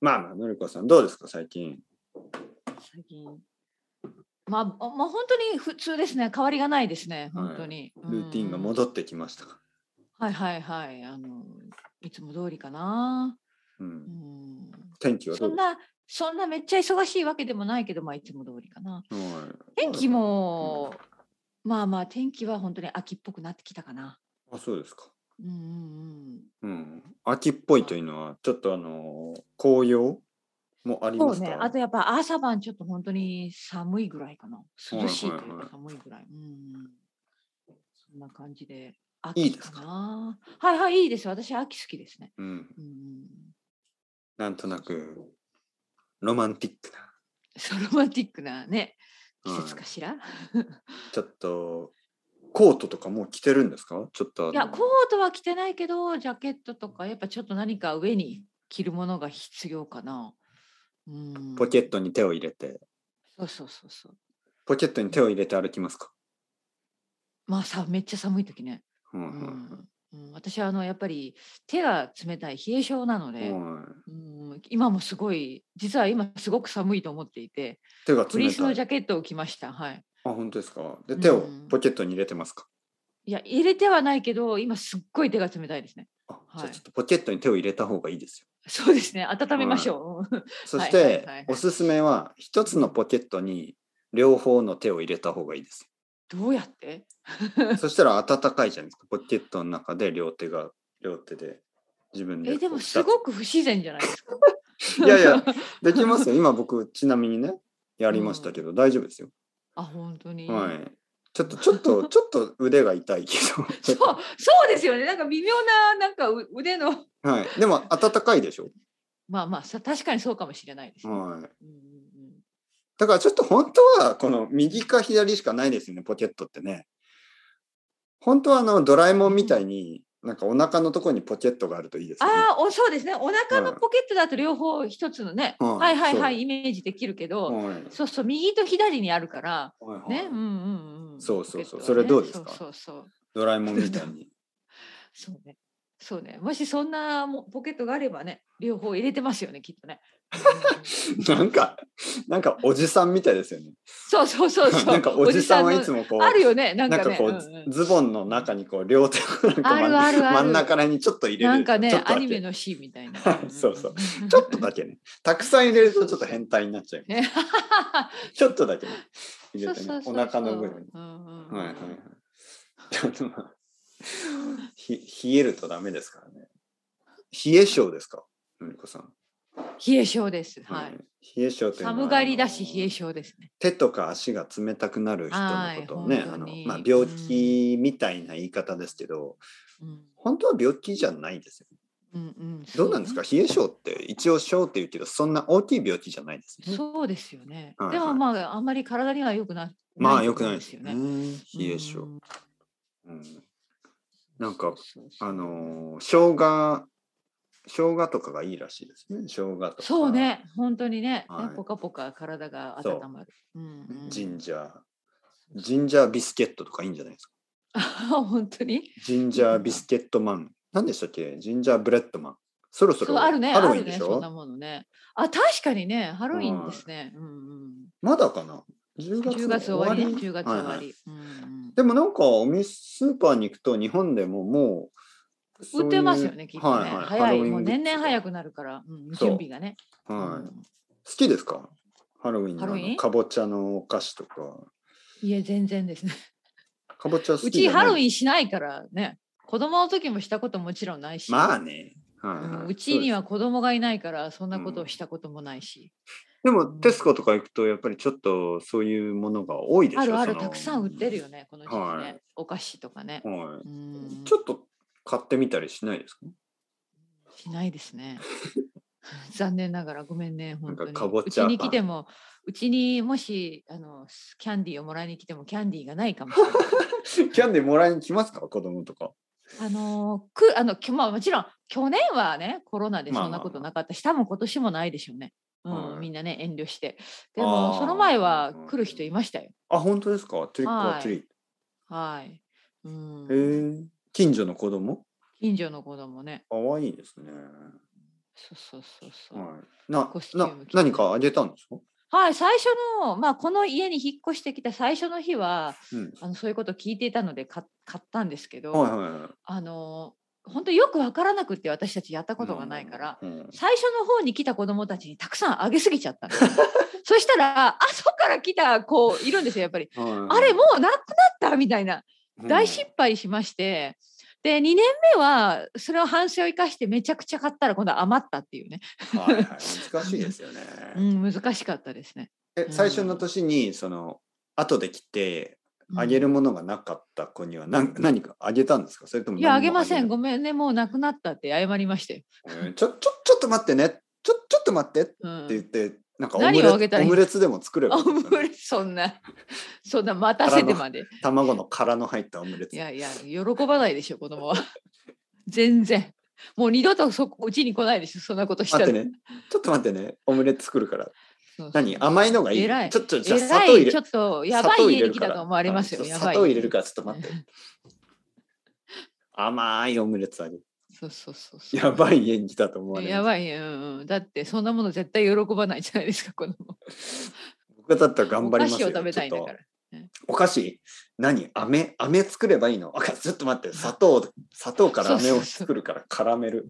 まあまあ、のりこさん、どうですか、最近。最近。まあ、もう本当に普通ですね。変わりがないですね。本当に。ルーティンがうん戻ってきましたか。はいはいはい。あの、いつも通りかな。う。うんん。天気はどそうんですな、そんなめっちゃ忙しいわけでもないけど、まあ、いつも通りかな。かはい天気も、まあまあ、天気は本当に秋っぽくなってきたかな。あ、そうですか。うんうんうん。うん。秋っぽいというのは、ちょっとあのー、紅葉もありそまうすね。かあとやっぱ朝晩ちょっと本当に寒いぐらいかな。涼しいとはいいはいうはかい寒いぐらい。うんうん。そんな感じで。いい秋ですかかな。はいはい、いいです。私、秋好きですね。うん。うんうん。 なんとなく、ロマンティックな。ソロマンティックなね、季はい節かしら。ちょっと、コートとかもう着てるんですかちょっとあの。いや、コートは着てないけど、ジャケットとか、やっぱちょっと何か上に着るものが必要かな。うん。ポケッ。トに手を入れて、そうそうそうそう。ポケットに手を入れて歩きますか、まあさ、めっちゃ寒い時ね。うんううんん。うん、私はあのやっぱり手が冷たい冷え性なので、はいうん、今もすごい実は今すごく寒いと思っていて手がフリースの冷ジたい。ャケットを着ましたはいあ、本当ですか。で、うん手をポケットに入れてますか。いや入れてはないけど今すっごい手が冷たいですねあ、いじゃあちょっとポケットに手を入れた方がいいですよ。そうですね温めましょう、そしはいはいてはいはい、おすすめは一つのポケットに両方の手を入れた方がいいです どうやってよ。そしたら暖かいじゃないですか。ポケットの中で両手が両手で自分でこえう。でもすごく不自然じゃないですかいやいやできますよ。今僕ちなみにねやりましたけど、大丈夫ですよ。あ本当に、はい。ちょっとちょっとちょっと腕が痛いけそうど。そうですよねなんか微妙ななんかう腕の はい。でも暖かいでしょ。まあまあさ確かにそうかもしれないですね、はい。うんうんうんだからちょっと本当はこの右か左しかないですよね、ポケットってね。本当はあのドラえもんみたいに、なんかお腹のところにポケットがあるといいですよね。ああ、お、そうですね。お腹のはいポケットだと両方一つのね。はいはいはいそうはい、イメージできるけど。はいそうそう、右と左にあるから。はいはいね、うんうんうん。そうそうそうポケットはねそれどうですかそうそうそう。ドラえもんみたいに。 そうね。そうね。もしそんなもポケットがあればね、両方入れてますよね、きっと ね。なんか、なんかおじさんみたいですよね。そうそうそうそう。 なんかおじさんはいおつのもこう、あるよね、なんなんかかね。こう、うんうんズボンの中にこう両手をなんかあ真んるあるある真ん中らへんにちょっと入れる。なんかねちょっとアだニメけ。。のシーンみたいな そうそう。ちょっとだけね。たくさん入れるとちょっと変態になっちゃう。ね。ちょっとだけね。入れそうてそねう。そおう腹の上に。うんうんうん はいはいはい。ちょっとまあ、ひ冷えるとダメですからね。冷え性ですか、のりこさん。冷え性です。はい。。冷え性というのは寒がりだし冷え。あの性ですね。手とか足が冷たくなる人のことをね、はいあ本当のにまあ、病気みたいな言い方ですけど、うん本当は病気じゃないですよ。うんうん、どうなんですか、冷え性って一応性っていうけど、そんな大きい病気じゃないですそうねね。そうですよね。はいはいでもまああんまり体には良くなまあ、い良くないでですすよよねね。。冷え性う。んうんなんかそうそうそうあのー生姜生姜とかがいいらしいですね生姜とかそうね本当にね、はいねポカポカ体がそう温まる。うんうんジンジャージンジャービスケットとかいいんじゃないですかあ 本当にジンジャービスケットマン何でしたっけジンジャーブレッドマンそろそそうろあハるねロあウィンるでねしそょ、んなものね。あ確かにねハロウィンですね。うんまだかな10うん。月10の月終わりね10月終はわいはいり。うんうんでもなんかお店スーパーに行くと日本でももうそういう売ってますよねきっとね。はいはい、早いもう年々早くくなるから、うん、そう準備がね。はい、う好んきですかハロウィンのあのハロウィンかぼちゃのお菓子とかいえ全然ですね。かぼちゃ好うきじちゃないハロウィンしないからね。子供の時もしたこともちろんないし。まあね。はういはいんうちには子供がいないからそんなことをしたこともないし、そうですでもテスコとか行くとやっぱりちょっとそういうものが多いでしょあるあるそのたくさん売ってるよねこの時期ね、はいお菓子とかね、はういん、ちょっと買ってみたりしないですかしないですね 残念ながらごめんね本当なんにかかぼうちゃちに来てもうちにもしあのキャンディーをもらいに来てもキャンディーがないかも しれないキャンディーもらいに来ますか子供とか。あのくあのきょまあもちろん去年はねコロナでまあそんなことなかったし、多分今年もないでしょうね、うんはいみんなね遠慮してであもーその前は来る人いましたよあ、本当ですかトリックはトリーはい、うんト。へえ近所の子供近所の子供ねかわいいですね。そうそうそうそう。はい、なコスチューなム着て何かあげたんですか、はい、最初の、まあ、この家に引っ越してきた最初の日はうん、あのそういうこと聞いていたのでか買ったんですけど、はいはいはい。あの本当よく分からなくって私たちやったことがないから、うん。うん最初の方に来た子どもたちにたくさんあげすぎち ゃったのそしたらあそこから来た子いるんですよやっぱり。あれもうなくなったみたいな大失敗しまして、で2年目はそれを反省を生かしてめちゃくちゃ買ったら今度は余ったっていうね、敗、はいはい、難しいですよね。うん、難しかったですね。え最初の年にその後で来てうんあげるものがなかった子には何,、何かあげたんですかそれともいやあ何げもませんなごめんねもうなくなったって謝りましたよ。いうんちょちょちょっと待ってねちょちょっと待ってってうん、言って、なんかオム何をあげレたらツオいいムレツでも作れば あいいですよね無理そんなそんな待たせてまで。卵の殻の入ったオムレツいやいや喜ばないでしょ子供は。 全然。もう二度とそこうちに来ないでしょそんなことした待っら。てねちょっと待ってねオムレツ作るからそうそう何甘いのがいい偉いちょっとじゃあ砂偉糖入いれちょっとやば砂糖い入家れるに来からたと思われますよ。はいやば砂い。糖入れるからちょっと待ってう甘いオムレツあげるそうそうそう そう。やばい家に来たと思われますやばいね、うんうん。だってそんなもの絶対喜ばないじゃないですか子供。僕だったら頑張りますよお菓子を食べたいんだちかょっらと。お菓子何飴飴作ればいいのあ ちょっと待って砂糖砂糖から飴を作るから絡め る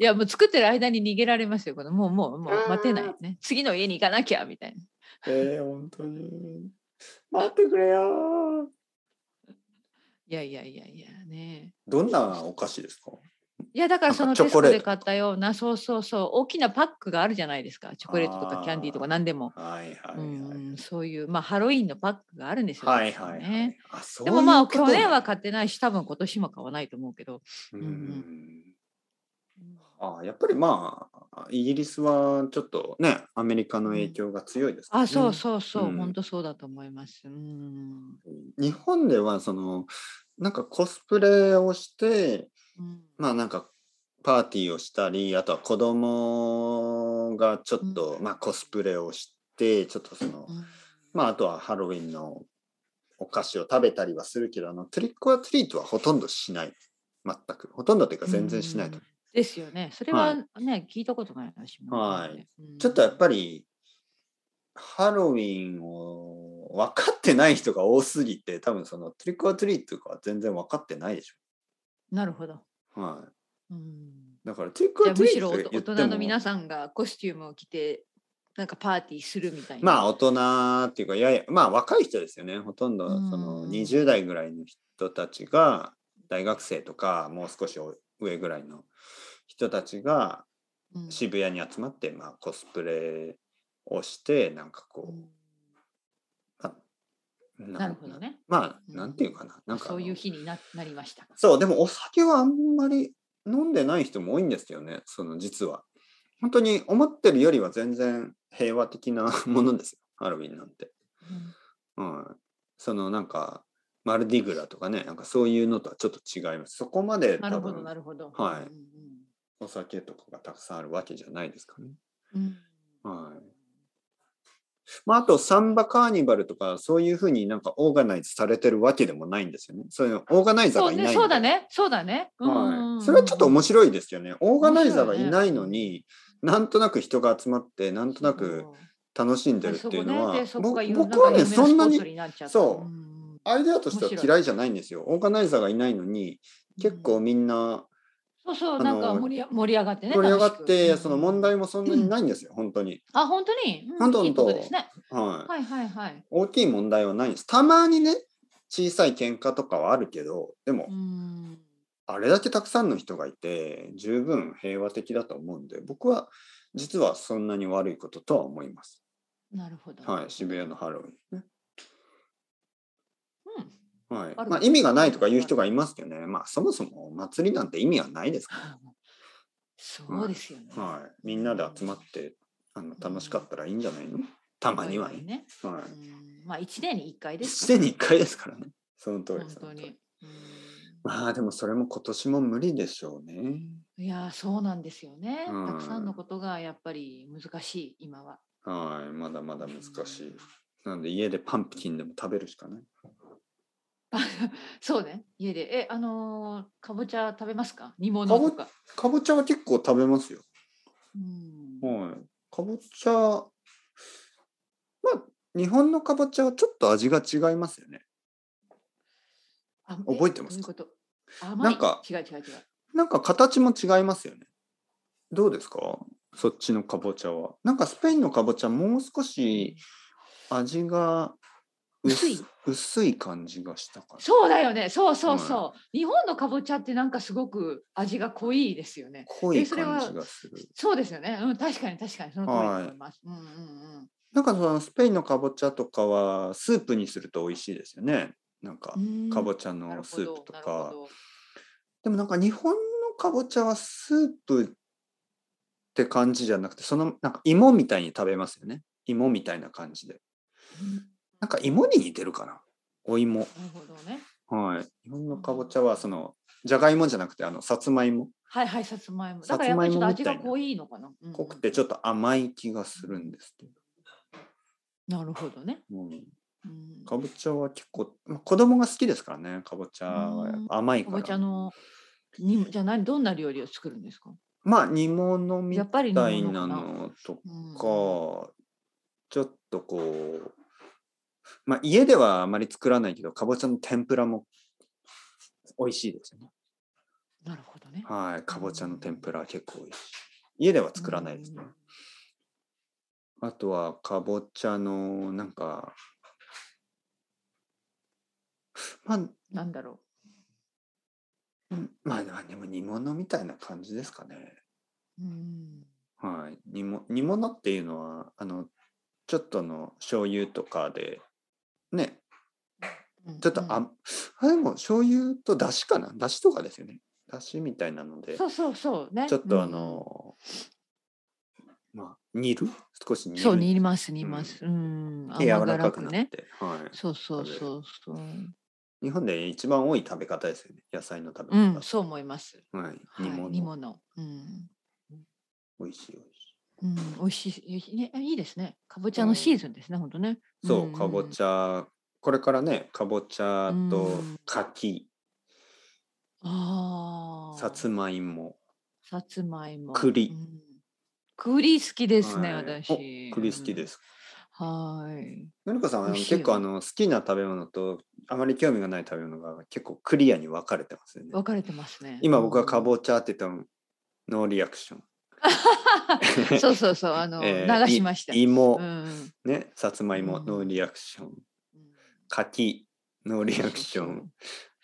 いやもう作ってる間に逃げられますよ。このもうもうもあうー待てないね。次の家に行かなきゃみたいな。えー、本当に待ってくれよいやいやいやいやね。どんなお菓子ですかいやだからそなんのかチョテスココレートで買ったようなそうそうそう大きなパックがあるじゃないですかチョコレートとあかーキャンディーとか何でも、はいはいはい、うんそういうまあハロウィンのパックがあるんですよ、はい確はかい、はねい、あそういでうもまあこと去年は買ってないし多分今年も買わないと思うけど、うんんうんあやっぱりまあイギリスはちょっとねアメリカの影響が強いですからね、あそうそうそう、うん本当そうだと思いますうん、日本ではそのなんかコスプレをしてうんまあなんかパーティーをしたりあとは子供がちょっと、うんまあコスプレをしてちょっとその、うんまああとはハロウィンのお菓子を食べたりはするけどあのトリックオアトリートはほとんどしない全くほとんどというか全然しないと、ですよねそれはね、聞いたことない話も、はいちょっとやっりぱりハロウィンを分かってない人が多すぎて多分そのトリックオアトリートとかは全然分かってないでしなるほど、ょはいうんだからトリックじオゃアあトむリしーろトおって言大って人のも皆さんがコスチュームを着てなんかパーティーするみたいな。まあ大人っていうかいやいやまあ若い人ですよねほとんどうんその20代ぐらいの人たちが大学生とかもう少し上ぐらいの人たちがうん渋谷に集まって、まあ、コスプレをしてなんかこうななるほどね。まあうんなんていうかななんかあそのういう日にななりました。そうでもお酒はあんまり飲んでない人も多いんですよねその実は本当に思ってるよりは全然平和的なものですよハロウィンなんて。うんうん、そのなんかマルディグラとかねなんかそういうのとはちょっと違いますそこまでな多るほどな分るほど。はいうんお酒とかがたくさんあるわけじゃないですかね、うんうんはいまあ、あとサンバカーニバルとかそういうふうになんかオーガナイズされてるわけでもないんですよねそういうのオーガナイザーそがういないんねでそうだねそうだね。うんうんうんはい、それはちょっと面白いですよねオーガナイザーがいないのになんとなく人が集まってなんとなく楽しんでるっていうのは、あそこぼねでそこが僕はねそ世の中の夢のんなにスポーツなっちゃったそううんアイデアとしては面白い嫌いじゃないんですよ。オーガナイザーがいないのに、結構みんなそうそあうのなんか盛り盛り上がってね。盛り上がっ楽して、くその問。題もそんなにないんですよ、本当に。あ本当に。うん本当いいこと本当ですね。はい。はいはいはい。大きい問題はないんです。たまにね、小さい喧嘩とかはあるけど、でもう、んあれだけたくさんの人がいて、十分平和的だと思うんで、僕は実はそんなに悪いこととは思います。なるほど。はい、渋谷のハロウィンね。うん。はいあるまあ、意味がないとか言う人がいますけどね、まあ、そもそも祭りなんて意味はないですからそうですよね。はい、みんなで集まってあの楽しかったらいいんじゃないのたまには我ね。々ね。はうい、んまあ一年に一回ですすかでに1回ですからね。その通りでら。本す。当に。まあでもそれも今年も無理でしょうね。うんいやーそうなんですよね。うんたくさんのことがやっぱり難しい今は。はい、まだまだ難しい。なんで家でパンプキンでも食べるしかない。そうね。家でえあのーかぼちゃ食べますか？煮物とか。かぼちゃは結構食べますよ。うんはい。かぼちゃ、まあ、日本のかぼちゃはちょっと味が違いますよね。あ覚えてますどういかうこと甘いなんか違う違う違う。なんか形も違いますよね。どうですかそっちのかぼちゃは。なんかスペインのかぼちゃもう少し味が薄い薄い感じがしたから。そうだよね。そうそうそう。日本のかぼちゃってなんかすごく味が濃いですよね。濃いえそれは感じがする。そうですよね。うん、確かに確かにその通りだと思います。うんなんかそのスペインのかぼちゃとかはスープにすると美味しいですよね。なんかうんうん。かぼちちゃゃのスープとか。どでもなんか日本のかぼちゃはスープって感じじゃなくてそのなんか芋みたいに食べますよね芋みたいな感じでなんか芋に似てるかなお芋なるほどね。はい日本のかぼちゃはそのじゃがいもじゃなくてあのさつまいもはいはい、さつまいも。だからやっぱりちょっと味がさつまいもみたいな濃いのかな。うんうん濃くてちょっと甘い気がするんですけど、なるほどね。うん、うんかぼちゃは結構まあ子供が好きですからねかぼちゃは甘いかかぼちゃらのにじゃあ何どんな料理を作るんですか。まあ煮物みやっぱり煮たい物なかな。のとかうんか、ちょっとこう、まあ、家ではあまり作らないけど、かぼちゃの天ぷらも美味しいですよね。なるほどね。はい、かぼちゃの天ぷらは結構美味しい。家では作らないですね。あとは、かぼちゃの、なんか、まあ、なんだろうんまあ、まあでも煮物みたいな感じですかね。う。うん。はい、煮も煮物っていうのはあのちょっとの醤油とかでねちょっとあ,、うんあでも醤油とだしかなだしとかですよねだしみたいなのでそうそうそうね。ちょっうんとあの、まあ煮る少し煮るそう煮ます煮ます。うん。で柔らかく甘辛なって、。はい、そうそうそうそう。日本で一番多い食べ方ですよね野菜の食べう方、ん、そう思います。はい、はい煮物、煮物。うん。美味しい美味しうん、美味しいいいね、いいですね。かぼちゃのシーズンですね、本当ね。いそうかぼゃ。ちゃこれからねかぼちゃとうん柿ああ。さつまいもさつまいも。栗うん。栗好きですね、はい私。。お栗好きですす。はい。のりこさんはあの美味しいよ結構あの好きな食べ物とあまり興味がない食べ物が結構クリアに分かれてますよね。分かれてますね。今僕はかうん。ぼちゃって言ったのノーリアクション。 そうそうそう、あの、えー流しました。い芋う、ん。ね、さつまいも、うんノーリアクション。柿、ノーリアクション。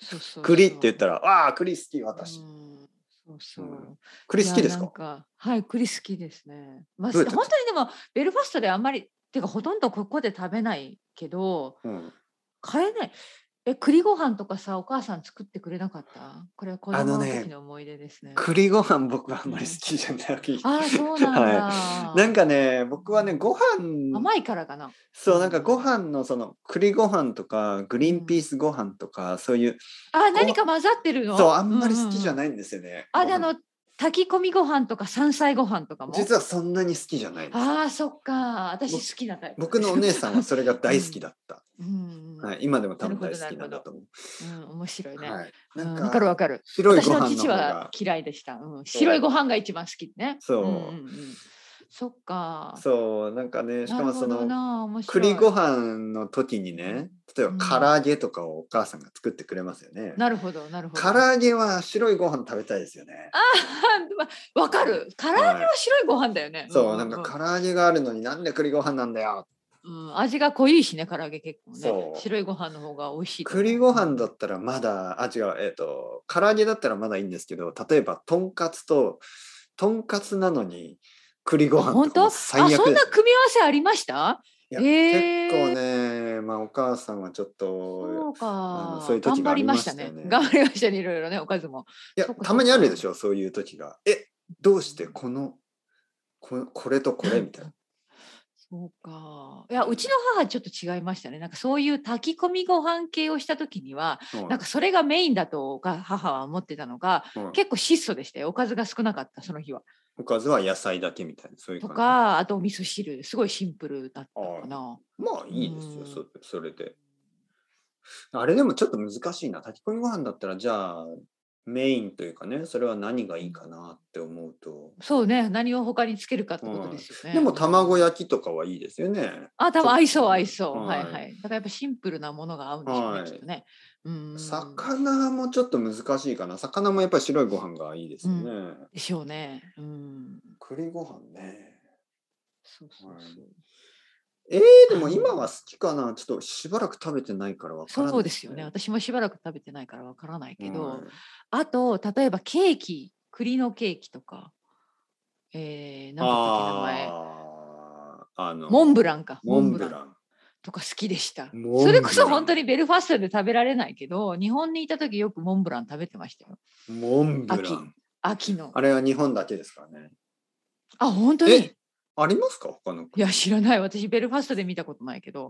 そうそう。そうそうそう栗って言ったら、ああ、栗好き、私。。うんそうそううん栗好きですいやなんかかはい、栗好きですね。まあ、どう本やっ当てにでも、ベルファストであんまり、てか、ほとんどここで食べないけど、うん買えない。え、栗ご飯とかさ、お母さん作ってくれなかったこれは子あの供のね時の思い出ですね。栗ご飯僕はあんまり好きじゃない。ああ、そ うなんだ。なんかね、僕はね、ご飯甘いからかな。そうなんかご飯のその栗ご飯とかグリーンピースご飯とかそういうあ、何か混ざってるのそうあんまり好きじゃい。ないんですよね。あ、ごで飯あの、炊き込みご飯とか山菜ご飯とかも。実はそんなに好きじゃないんです。ああ、そっか。私好きなタイプ。僕のお姉さんはそれが大好きだった。 うん。はい、今でも多分大好きなんだと思う。うん、面白いね。はい、うなんんかわかるわかる。白い私ご飯のの方父はが嫌いでした。うん、白いご飯が一番好きね。そうんんんそっか。そうなんかねしかもそなるほどのな面白栗いご飯の時にね例えうんば唐揚げとかをお母さんが作ってくれますよね。なるほどなるほど。唐揚げは白いご飯食べたいですよね。 わわかる。唐揚げは白いご飯だよね。そうなんか唐揚げがあるのになんで栗ご飯なんだようん、味が濃いしね唐揚げ結構そね。う白いご飯の方が美味しいと思う。栗ご飯だったらまだあ違うえっ、と唐揚げだったらまだいいんですけど例えばとんかつととんかつなのに栗ごあ飯本とか当？もあそ最んな悪です組み合わせありました？いやえー結構ねまあお母さんはちょっそとうかの。そういう時がありましたね頑張りましたね。頑張りましたねいろいろねおかずも。いやそっかそっかたまにあるでしょそういう時がえどうしてこのここれとこれみたいなそうか。いや、うちの母ちょっと違いましたね。なんかそういう炊き込みご飯系をした時には、そう なんかそれがメインだとが母は思ってたのが、うん結構質素でしたよ。おかずが少なかった、その日は。おかずは野菜だけみたいなそういうと感じか、あとお味噌汁、すごいシンプルだったのかな。まあいいですようんそそれであれでもちょっと難しいな炊き込みご飯だったらじゃあメインというかねそれは何がいいかなって思うと、そうね何を他につけるかってことですよね、でも卵焼きとかはいいですよねあ多分合いそう合いそう、ははいいはいだからやっぱシンプルなものが合うんでしょうね、はいきっとねうん魚もちょっと難しいかな魚もやっぱり白いご飯がいいですよね、でしょうねうん栗ご飯ねそうそうそう、はいえー、でも今は好きかなちょっとしばらく食べてないからわからない、そうですよね私もしばらく食べてないからわからないけど、はいあと例えばケーキ栗のケーキとかえー、なんだったっけ名前あーあのモンブランかモンブランとか好きでしたモンブランそれこそ本当にベルファストで食べられないけど日本にいた時よくモンブラン食べてましたよモンブラ秋ン秋のあれは日本だけですからねあ本当にえいありますか他の国や知らない私ベルファストで見たことないけど、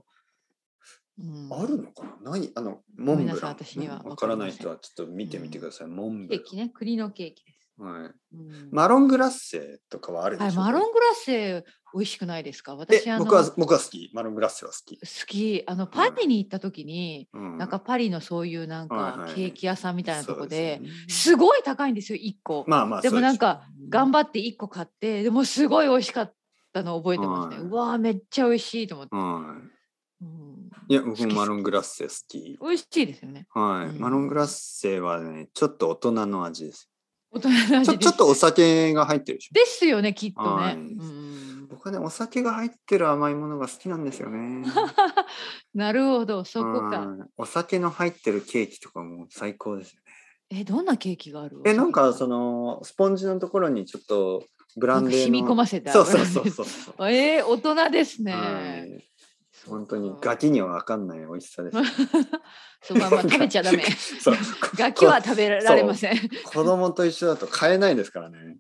うんあるのかなないあのモンごめんなブさラいン私にはわからないわかりません人はちょっと見てみてください、モンブケラーキね栗のケーキです、ン、はい、うんマロングラッセとかはあるでしはょいかうマロングラッセ美味しくないですか私えあの僕は僕は好きマロングラッセは好き、好きあのパリに行った時に、うんなんかパリのそういうなんはいかはいケーキ屋さんみたいなとこで,、そうすよねすごい高いんですよ1個、まあまあでもなんか頑っ張って1個買ってでもすごい美味しかったのを覚えてますはね、いうわーめっちゃ美味しいと思って、うんはい、いや僕もマロングラッセ好き美味しいですよねはい、うんマロングラッセはねちょっと大人の味です大人のちょ味ちょっとおです酒が入ってるでしょですよねきっとはね、いうん、僕はねお酒が入ってる甘いものが好きなんですよねなるほどそこうかんお酒の入ってるケーキとかも最高ですよねえどんなケーキがあるえなんかそのスポンジのところにちょっとブラなんンかデー染み込のませたそうそうそうそうえー、大人です ね、はい本当にそうガキには分かんない美味しさです。 そうまあまあ食べち ゃダメそうガキは食べられませんこ子供と一緒だと買えないですからね。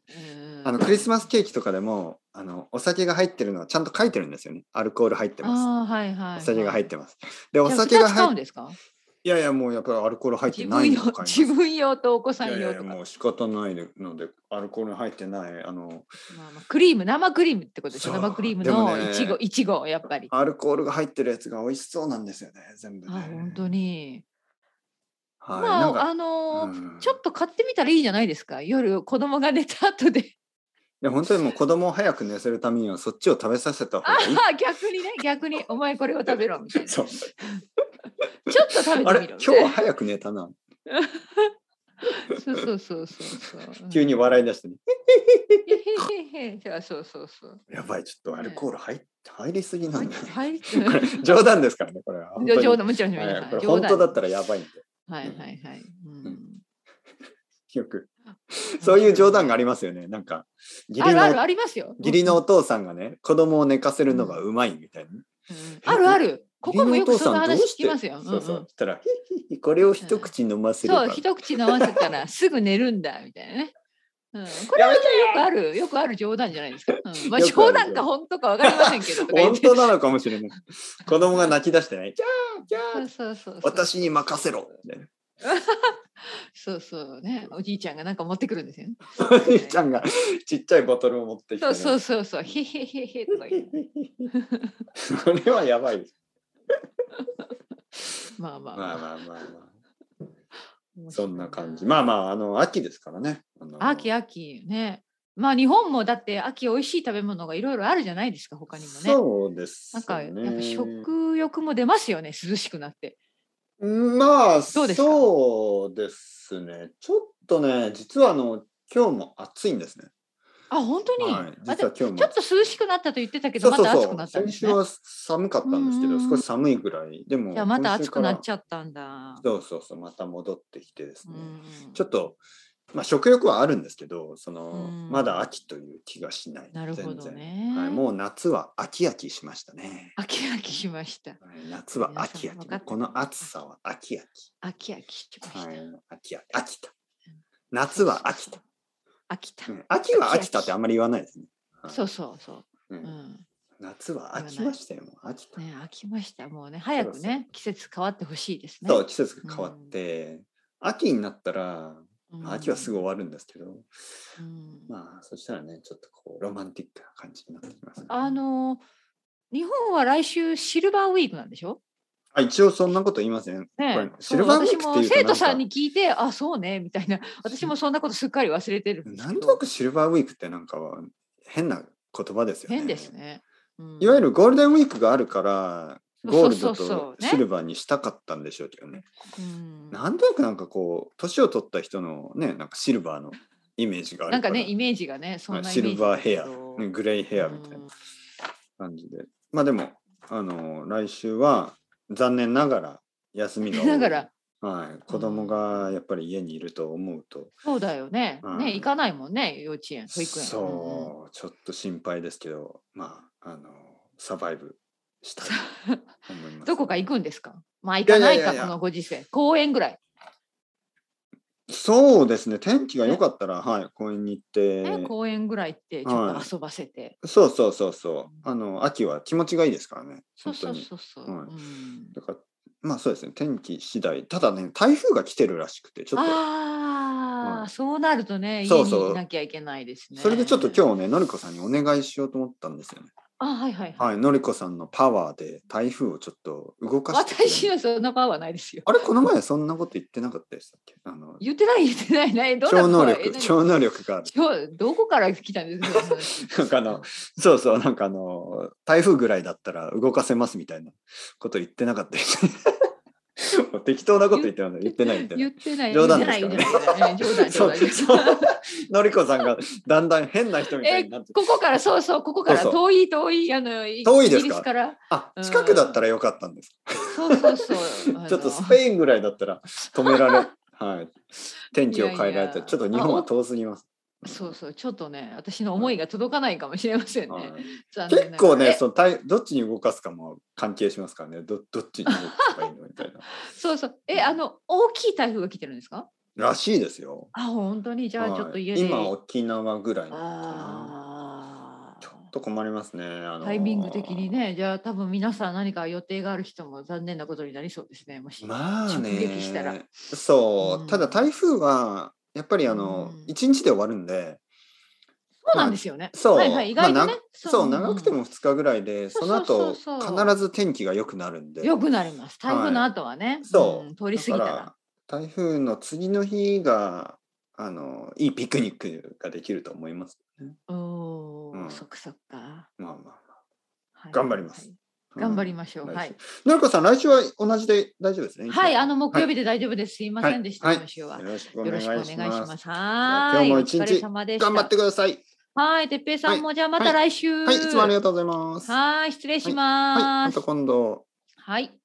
あのクリスマスケーキとかでもあのお酒が入ってるのはちゃんと書いてるんですよね。アルコール入ってまああーはいはい、はい、す。お酒が入っててます。でお酒が使う入んってですかいやいやもうやっぱりアルコール入って自な分い用の買います 自分用とお子さいやんいや用いやとかもう仕方ないのでアルコール入ってないあのまあまあ、クリーム生クリームってことでしょそう生クリームでものねいちごいちごやっぱりあアルコールが入ってるやつが美味しそうなんですよね全部ね。本当に、はい、まなんあかあのーうんちょっと買ってみたらいいじゃないですか夜子供が寝た後でいや本当にもう子供を早く寝せるためにはそっちを食べさせた方がいい。 あー逆にね逆にお前これを食べろみたいなちょ そうっと食べあれてみ今ろみ日たいはな早く寝たな。そうそうそうそうそう急に笑いい出してね。そうそうそうやばいちょっとアルコール入っ入りすぎなんだよ。はいこれ 冗談ですからねこれは。本当に 冗談もちろん、はいはいこれ本当だったらやばいんで。はいはいはい、うんよくそういう冗談がありますよね。なんか義あ理るあるのありますよ義理のお父さんがね子供を寝かせるのがうまいみたいな。うんあるあるここもよくその話聞きますよ義理のお父さんどうしてそうそううんうんしたらヒヒヒこれを一口飲ませれば。そう一口飲ませ たらすぐ寝るんだみたいなね、うん、これはやめねてよくあるよくある冗談じゃないですか、うんまあ、よくある冗談か本当かわかりませんけどとか言本って当なのかもしれない。子供が泣き出してね。キャーキャーそうそうそうそう私に任せろみたいな。そうそうねおじいちゃんがなんか持ってくるんですよねおじいちゃんがちっちゃいボトルを持ってきて、ね。そうそうそうそうへへへへとか言ってそれはやばいです。まあまあまあまあまあま面白あ。そいんな感じ。まあまあ、あの、秋ですからね。あの秋秋ねまあ日本もだって秋美味しい食べ物がいろいろあるじゃないですか他にもねそうです、なね。んかやっぱ食欲も出ますよね涼しくなってまあ、どうですかそうですね。ちょっとね、実はあの、今日も暑いんですね。あ本当に、はい。ま実たは今日も。ちょっと涼しくなったと言ってたけどまた暑くなったんで先す週ねは寒かったんですけうど、んうん少し寒いぐらい。でも、じゃあまた暑くなっゃちゃったんだ。そうそうそう、また戻ってきてですね。うんちょっと、まあ、食欲はあるんですけどその、うんまだ秋という気がしないなるほど全ね。然はい、もう夏は秋秋しましたね、飽き飽きしました。はい夏は秋皆秋さん分かってこの暑さは秋秋、飽き飽きしました。はい、秋秋秋田夏は秋田、飽きたう。ん秋は秋田ってあんまり言わないですね、はいそうそうそうう。んうん。夏は秋ましたよもう秋田、ね飽きました。もうね早くね季節変わってほしいですね。そう季節が変わって、秋になったら、まあ秋はすぐい。終わるんですけど、うんまあそしたらねちょっとこうロマンティックな感じになってきますね、あのー日本は来週シルバーウィークなんでしょ？あ一応そんなこと言いません。これね、シルバーウィーそクうっていうとなんか私も生徒さんに聞いて、あ、そうね、み たいな。私もそんなことすっかり忘れてるですけど。なんとなくシルバーウィークってなんかは変な言葉ですよね。変ですね。うんいわゆるゴールデンウィークがあるから、ゴールドそうそうそとうねシルバーにしたかったんでしょうけどね。うんなんとなくなんかこう、年を取った人のね、なんかシルバーのイメージがあるなんか。からね、イメージがね、そんなイメージシルバーヘア、だけどねグレイヘアみたいうんな感じで。まあでも、あの、来週は残念ながら休みが 多いだから、はい、子供がやっぱり家にいると思うと、そうだよね。うんね、行かないもんね、幼稚園、保育園。うんそう、ちょっと心配ですけど、まあ、あの、サバイブしたい と思いまうんす。どこか行くんですかまあ行やかいやないいやか、いやこのご時世。公園ぐらい。そうですね、天気が良かったら、はい、公園に行ねって、公園ぐらい行って、ちょっと遊ばせて。そうそうそうそう、あの秋は気持ちがいいですからね、そ本当うそうに。そうそう。はいうんだから、まあそうですね、天気次第、ただね、台風が来てるらしくて、ちょっと、あうんあ、そうなるとね、そ家うそうにいなきゃいけないですね。それでちょっと今日ね、のりこさんにお願いしようと思ったんですよね。あ、はいはいはい。はい、のりこさんのパワーで台風をちょっと動かしてくれない。私はそんなパワーないですよ。あれ、この前そんなこと言ってなかったでしたっけあの言ってない言ってないない。どんな超能パワー力、え超能力がある。何超どこから来たんですかそのなん話かあの、そうそう、なんかあの、台風ぐらいだったら動かせますみたいなこと言ってなかったです。もう適当なこと言ってない、言ってないみたい言なっ。てない。冗談ですからね言ってない言ってない冗そ談う、冗そう談。のりこさんがだんだん変な人みたいになって。ここからそうそうここからそう遠い遠いあの遠いですかイギリスからあう、ん近くだったらよかったんです。そうそう そうあのちょっとスペインぐらいだったら止めら れ、はい。天気を変えられいやて、いやちょっと日本は遠すぎます。そうそうちょっとね私の思いが届かないかもしれませんはいね。残念ながら結構ね、えその体どっちに動かすかも関係しますからね。どどっちに動けばいいのみたいな。そうそうえあの大きい台風が来てるんですからしいですよ。あ本当にじゃあはいちょっと家で、今沖縄ぐらいなのかなあちょっーと困りますね、あのータイミング的にねじゃあ多分皆さん何か予定がある人も残念なことになりそうですねもし、まあね直撃したらそう、うんただ台風はやっぱりあの、うん一1日で終わるんでそうなんですよね、そうはいはい意外とね、まあなそう長くてうんも2日ぐらいでその後そうそうそうそう必ず天気が良くなるんでよくなります台風の後はね、そう、ん通り過ぎたらだから台風の次の日があのいいピクニックができると思います、ね、おお、うんそっかそっか、まあまあまあ、はい頑張りますはい頑張りまましすょう、はいのりこさん来週は同じで大丈夫ですねはいあのの木曜日で大丈夫です、すいませんでした、はい、今週は、よろしくおよ願ろいししくお願いしますます今はい日もお一日疲れ様でした頑張ってください。はいてっぺいさんも、じゃあまた来週はい、いつもありがとうございます。はい失礼しはい、まますた今度。はい